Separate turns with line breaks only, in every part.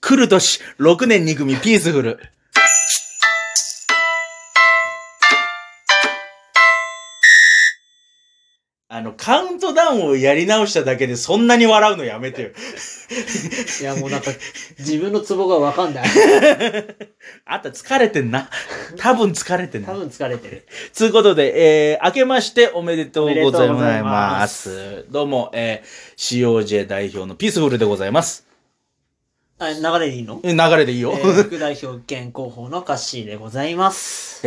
来る年、6年2組、ピースフル。あの、カウントダウンをやり直しただけでそんなに笑うのやめてよ。
いや、もうなんか、自分のツボがわかん ない。
あんた疲れてんな。多分疲れてん
多
な。
分疲れてる。
つうことで、えー、明けましておめでとうございます。
お
どうも、えー、COJ 代表のピースフルでございます。
あ、流れでいいの
流れでいい
え
よ。
ー 副代表兼広報のカッシーでございま す。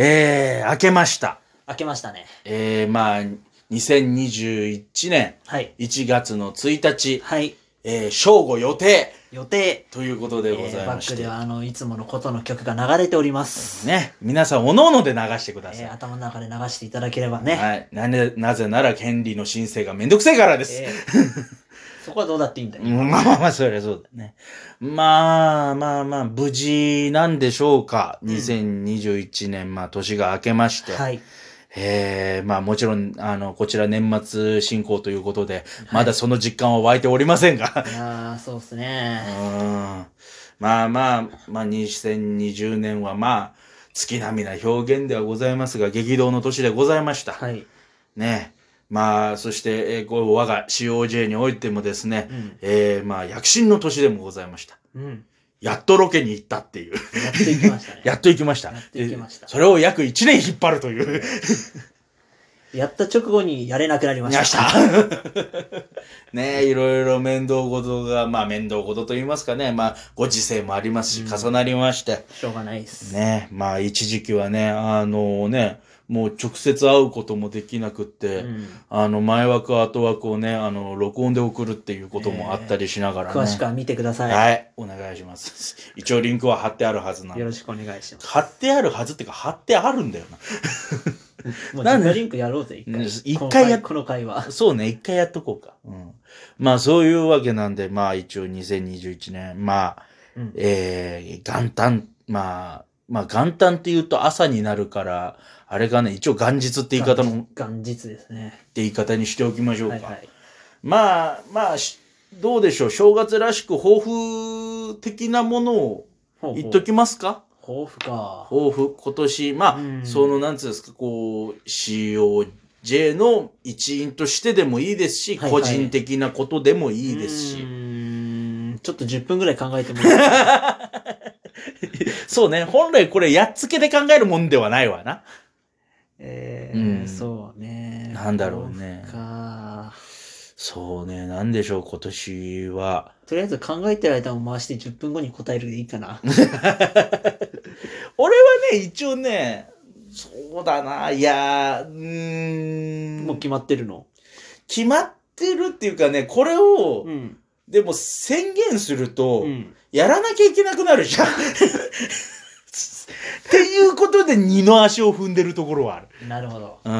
えー、明けました。
開けましたね。
えー、まあ、2021年
はい。
1月の1日、
はい。
えー、正午予定
予定。
ということで
え
ござ
ー
い
バ
ま
ッ
し
ク
て。
では、あの、いつものことの曲が流れております。
ね、皆さん、おのおので流してください。
えー頭の中で流していただければね。
はい。なぜ、なぜなら、権利の申請がめんどくせえからです。
えーそこはどうだっていいんだよ。
うん まあまあまあ、そりゃそうだね。まあまあまあ、無事なんでしょうか。2021年、まあ年が明けまして。
はい。
えーまあもちろん、あの、こちら年末進行ということで、まだその実感は湧いておりませんが。
いやー、そうっす
う
ね。
ん。まあまあ、まあ2020年はまあ、月並みな表現ではございますが、激動の年でございました。
はい。
ねまあ、そして、えーこう我が COJ においてもですね、
うん
えーまあ、躍進の年でもございました。
うん。
やっとロケに行ったっていう。
やっていきましたね。
やっと行きました。
やっと行きました
でそれを約1年引っ張るという。
やった直後にやれなくなりました。
ました。 ねえ、いろいろ面倒事が、まあ面倒事と言いますかね、まあご時世もありますし、重なりまして。
しょうがないです。
ねえ、まあ一時期はね、あのね、もう直接会うこともできなくって、
うん
あの前枠後枠をね、あの録音で送るっていうこともあったりしながらね。
詳しくは見てください。
はい、お願いします。 一応リンクは貼ってあるはずなん
よ
で。
ろしくお願いします。
貼ってあるはずっていうか、貼ってあるんだよ
もう
なん
自
で
分リンクやろうぜ、一
うん
回。
一
この
回やっ
この回は
な。。そうね、一回やっとこうか。うん。まあそういうわけなんで、まあ一応2021年、まあ、
うん
えー、元旦、まあ、まあ元旦って言うと朝になるから、あれかね、一応元日って言い方の、って
元日ですね。
言い方にしておきましょうか。
はいはい。
まあ、まあ、しどうでしょう、正月らしく抱負的なものを
ほう
言っときますか
抱負か。
抱負今年まあ、
うん
そのなんつうんですかこう COJ の一員としてでもいいですし、
はいはい
個人的なことでもいいです
う
し
ーんちょっと10分ぐらい考えてもいい ですか
そうね本来これやっつけで考えるもんではないわな
えー
うん
そうね。
なんだろうね
抱負か。
そうねなんでしょう今年は
とりあえず考えてる間も回して10分後に答えるでいいかな。
俺はね一応ねそうだないやーうーん
もう決まってるの。
決まってるっていうかねこれを、
うん。
でも宣言すると、
うん。
やらなきゃいけなくなるじゃん。 っていうことで二の足を踏んでるところはある。
なるほど。
うん。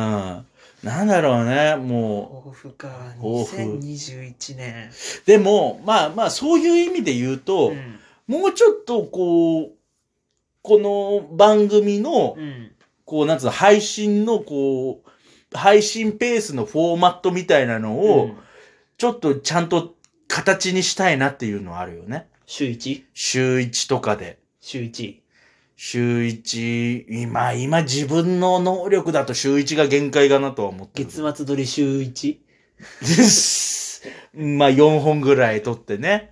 なんだろうね、も
抱負か。
抱負
2021
う。
年。
でも、まあまあ、そういう意味で言うと、
うん。
もうちょっとこう、この番組の、
うん。
こう、なんつうの、配信の、こう、配信ペースのフォーマットみたいなの
う
を
ん、
ちょっとちゃんと形にしたいなっていうのはあるよね。
週 1?
週1とかで。
週 1?
週一、今、今自分の能力だと週一が限界かなとは思ってる。
月末撮り週 1?
まあ4本ぐらい取ってね。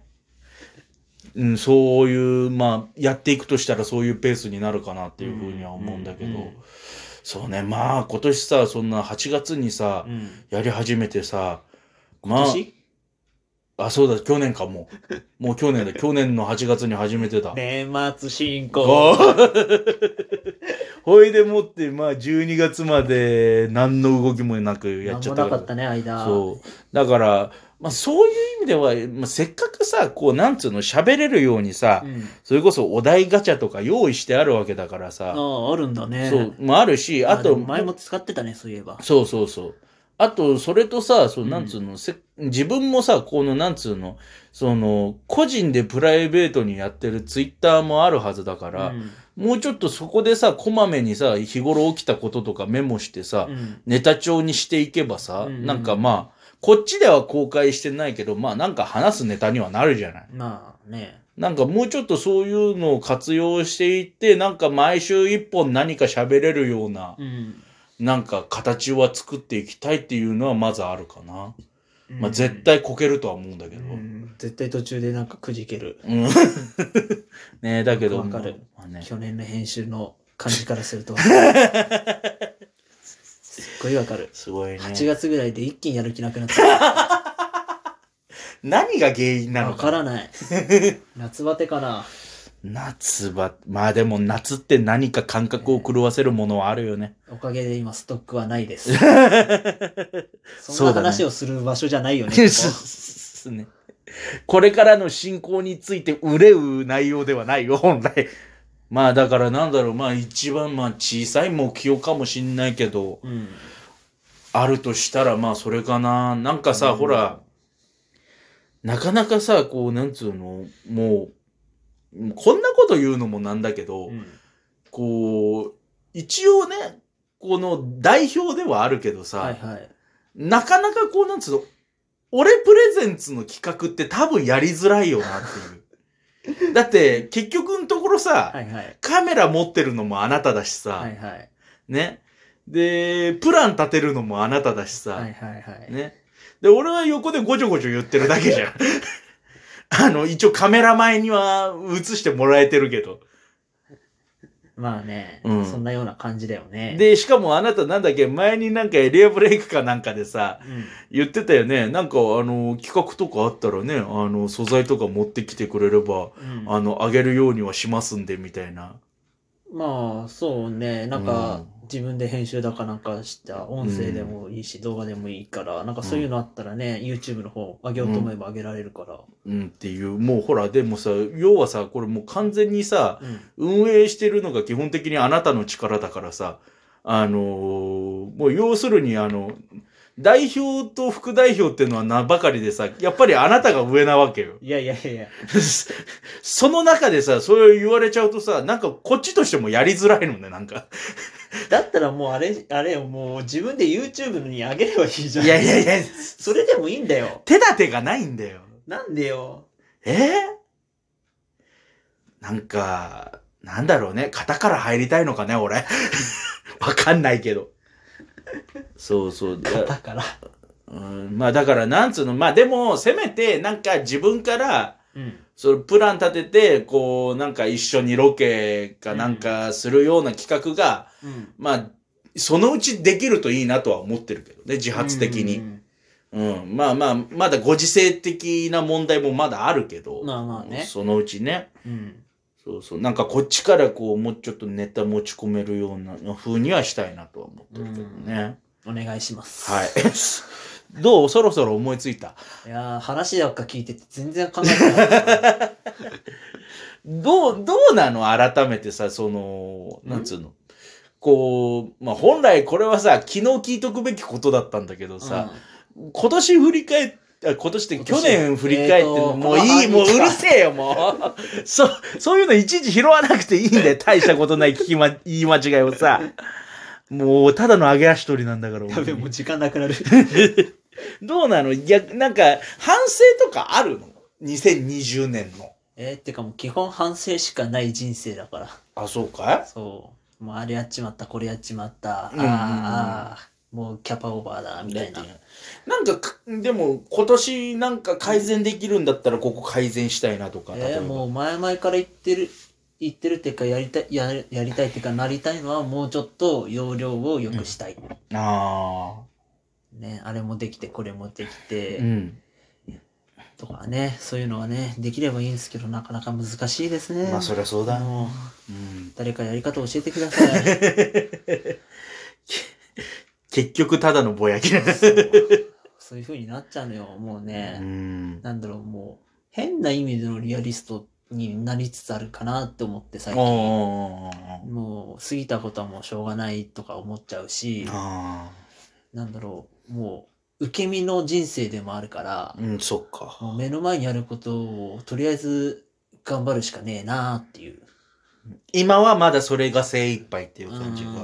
うん、そういう、まあ、やっていくとしたらそういうペースになるかなっていうふうには思うんだけど。
うんうんうん
そうね、まあ今年さ、そんな8月にさ、
うん。
やり始めてさ、ま
今
あ、
年
あ、そうだ、去年かもう。もう去年だ、去年の8月に始めてた。
年末進
こ
行。
う ほいでもって、まあ、12月まで何の動きもなくや
な
っ
ん
ちゃ
も
った
な
から
かったね、間。
そう。だから、まあ、そういう意味では、まあ、せっかくさ、こう、なんつうの、喋れるようにさ、
うん。
それこそお題ガチャとか用意してあるわけだから
あ
さ、
あ、あるんだね。
そう、もあるし、
あ。
あ
で
と、
も前も使ってたね、そういえば。
そうそうそう。あと、それとさ、その
うん
なんつうの、せ自分もさ、この、なんつうの、その、個人でプライベートにやってるツイッターもあるはずだから、
うん
もうちょっとそこでさ、こまめにさ、日頃起きたこととかメモしてさ、
うん。
ネタ帳にしていけばさ、
うんうん
なんかまあ、こっちでは公開してないけど、まあなんか話すネタにはなるじゃない。
まあね。
なんかもうちょっとそういうのを活用していって、なんか毎週一本何か喋れるような、
うん。
なんか形は作っていきたいっていうのはまずあるかな。まあ絶
対、
対こけるとは思うんだけ
う
ど。
ん絶対途中でなんかくじける。
うん。ねえ、だけど、
よくわかる
まあね、
去年の編集の感じからすると。 すっごいわかる。
すごいね。
8月ぐらいで一気にやる気なくなった。
何が原因なの
わ
か。
からない。夏バテかな。
夏場、まあでも夏って何か感覚を狂わせるものはあるよ ね。
おかげで今ストックはな いです。そん
そう
な
だね
話をする場所じゃない よね。こ
で
こ
すね。これからの進行について憂う内容ではないよ、本来。まあだからなんだろう、まあ一番まあ小さい目標かもしんないけど、
うん。
あるとしたらまあそれかな。なんかさ、
うん
ほら、なかなかさ、こう、なんつうの、もう、こんなこと言うのもなんだけど、
うん
こう、一応ね、この代表ではあるけどさ、
はいはい。
なかなかこうなんつうの、俺プレゼンツの企画って多分やりづらいよなって いう。だって結局のところさ、
はいはい。
カメラ持ってるのもあなただしさ、
はいはい。
ね。で、プラン立てるのもあなただしさ、
はいはいはい。
ね。で、俺は横でごちょごちょ言ってるだけ じゃん。あの、一応カメラ前には映してもらえてるけど。
まあね、
うん
そんなような感じだよね。、
で、しかもあなたなんだっけ、前になんかエリアブレイクかなんかでさ、
うん、
言ってたよね。なんか、あの、企画とかあったらね、あの、素材とか持ってきてくれれば、
うん
あの、あげるようにはしますんで、みたいな。
まあ、そうね、なん
う
か
ん、
自分で編集だかなんかした音声でもいいし、動画でもいいから、なんかそういうのあったらね、YouTube の方上げようと思えば上げられるから。
うん、っていう、もうほら、でもさ、要はさ、これもう完全にさ、
うん。
運営してるのが基本的にあなたの力だからさ、あのーもう要するに、あの、代表と副代表っていうのは名ばかりでさ、やっぱりあなたが上なわけよ。
いやいやいやいや、
その中でさ、それを言われちゃうとさ、なんかこっちとしてもやりづらいのね、なんか。
だったらもうあれ、あれよ、もう自分で YouTube に上げればいいじゃん。
いやいやいや、
それでもいいんだよ。
手立てがないんだよ。
なんでよ。
えーなんか、なんだろうね。型から入りたいのかね、俺。 わかんないけど。そうそう。だ
だから。
うん、まあだから、なんつうの。まあでも、せめて、なんか自分から、
うん。
そのプラン立てて、こう、なんか一緒にロケかなんかするような企画が、
うん。
まあ、そのうちできるといいなとは思ってるけどね、自発的に。
うん
うん、まあまあ、まだご時世的な問題もまだあるけど。
まあまあね
そのうちね。
うん。
そうそう。なんかこっちからこう、もうちょっとネタ持ち込めるような風にはしたいなとは思ってるけどね。
お願いします。
はい。 どうそろそろ思いついた。
いやー話ばっか聞いてて全然考えてなかった。
どう、どうなの改めてさ、その、なんつうの。こう、まあ本来これはさ、昨日聞いとくべきことだったんだけどさ、今年振り返って、あ今年って
今
去
年
年振り返って、
えーと
もう
この
いい、
半
もう
日
う
か
るせえよ、もう。 そ、そういうのいちいち拾わなくていいんだよ。大したことない聞きま、言い間違いをさ。もう、ただの上げ足取りなんだから。
うん。やべ、もう時間なくなる。
どうなのいや、なんか、反省とかあるの ?2020 年の。
えー、ってかもう基本反省しかない人生だから。
あ、そうか
そう。もうあれやっちまった、これやっちまった、あ
う
ー
んうんうん
あー、もうキャパオーバーだ、みたいな。
なんかか、でも、今年なんか改善できるんだったら、ここ改善したいなとか。例え
えー、
ば
もう前々から言ってる、言ってるっていうか、やりたい、ややりたいっていうか、なりたいのはもうちょっと容量を良くしたい。
あ
ね、あれもできて、これもでき
あ。
て、
うん。
とかね、そういうのはね、できればいいんですけど、なかなか難しいですね。
まあ、そりゃそうだ。
も
う
う
ん。
誰かやり方教えてくださ い。
結局ただのぼやきだ。
そういう風になっちゃうのよ、もうね。
ん。
なんだろう、もう、変な意味でのリアリストになりつつあるかなって思って最近。
おー
もう、過ぎたことはもうしょうがないとか思っちゃうし、
あ
なんだろう、もう、受け身の人生でもあるから
ー。、うん、そっか。
もう目の前にあることを、とりあえず頑張るしかねえなっていう。
今はまだそれが精一杯っていう感じが。
うん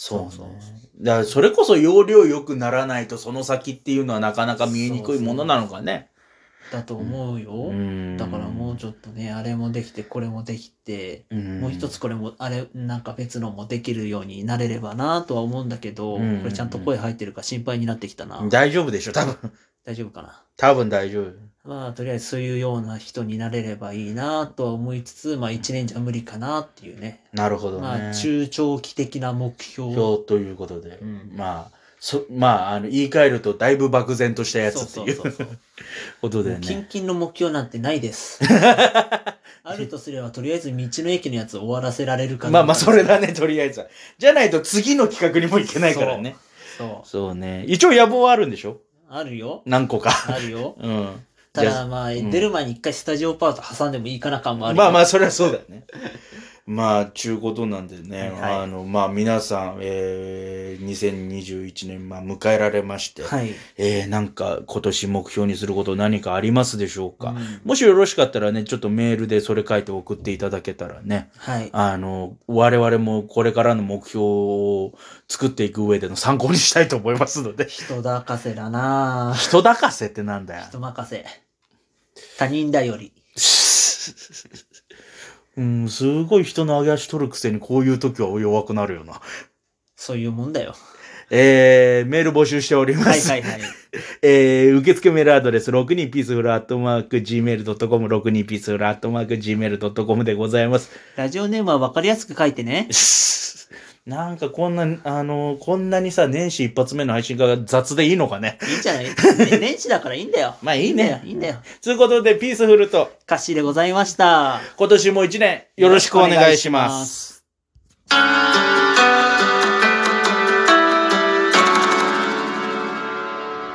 そう
そ
そうう
ね。
だからそれこそ容量良くならないとその先っていうのはなかなか見えにくいものなのかね。
だと思うよ、だからもうちょっとねあれもできてこれもできて、
うん、
もう一つこれもあれなんか別のもできるようになれればなとは思うんだけど、
うん
これちゃんと声入ってるか心配になってきたな、
大丈夫でしょ多分
大丈夫かな
多分大丈夫
まあとりあえずそういうような人になれればいいなとは思いつつまあ1年じゃ無理かなっていうね
なるほどね、
まあ中長期的な目標
表ということで、
うん
まあそまああの言い換えるとだいぶ漠然としたやつっていう
そうそうそうそう
ことで
キン
ね
キンの目標なんてな いです。あるとすれば、とりあえず道の駅のやつを終わらせられるかな。
まあまあそれだねとりあえずはじゃないと次の企画にもいけないからね
そ
そうね一応野望はあるんでしょ
う。あ るよ。
何個か
あるよ。
うん
た
じゃ
だまあ、
ん
出る前に一回スタジオパート挟んでもいいかな感もあるよ。
まあま
あ、
あそれはそうだよねまあちゅうことなんでね、
はい
あのまあ皆さん、えー、2021年、まあ、迎えられまして、
はい。
えー、なんか今年目標にすること何かありますでしょうか、
うん
もしよろしかったらね、ちょっとメールでそれ書いて送っていただけたらね、
はい。
あの、我々もこれからの目標を作っていく上での参考にしたいと思いますので。
人だかせだなぁ
人抱かせってなんだよ。
人任せ。他人だより。
うん、すごい人の上げ足取るくせにこういう時は弱くなるよな。
そういうもん だよ。
えー、メール募集しておりま
はい
す。
はいはい。
えー、受付メールアドレス、62ピースフルアットマーク Gmail.com、62ピースフルアットマーク Gmail.com でございます。
ラジオネームは分かりやすく書いてね。
なんかこんな、あの、こんなにさ、年始一発目の配信が雑でいいのかね。
いいんじゃ ない、ね年始だからいいんだよ。
まあいい
いいんだよ
ね。。
いいんだよ。
ということで、ピースフルと、
歌詞でございました。
今年も一年、よろしくお願いします。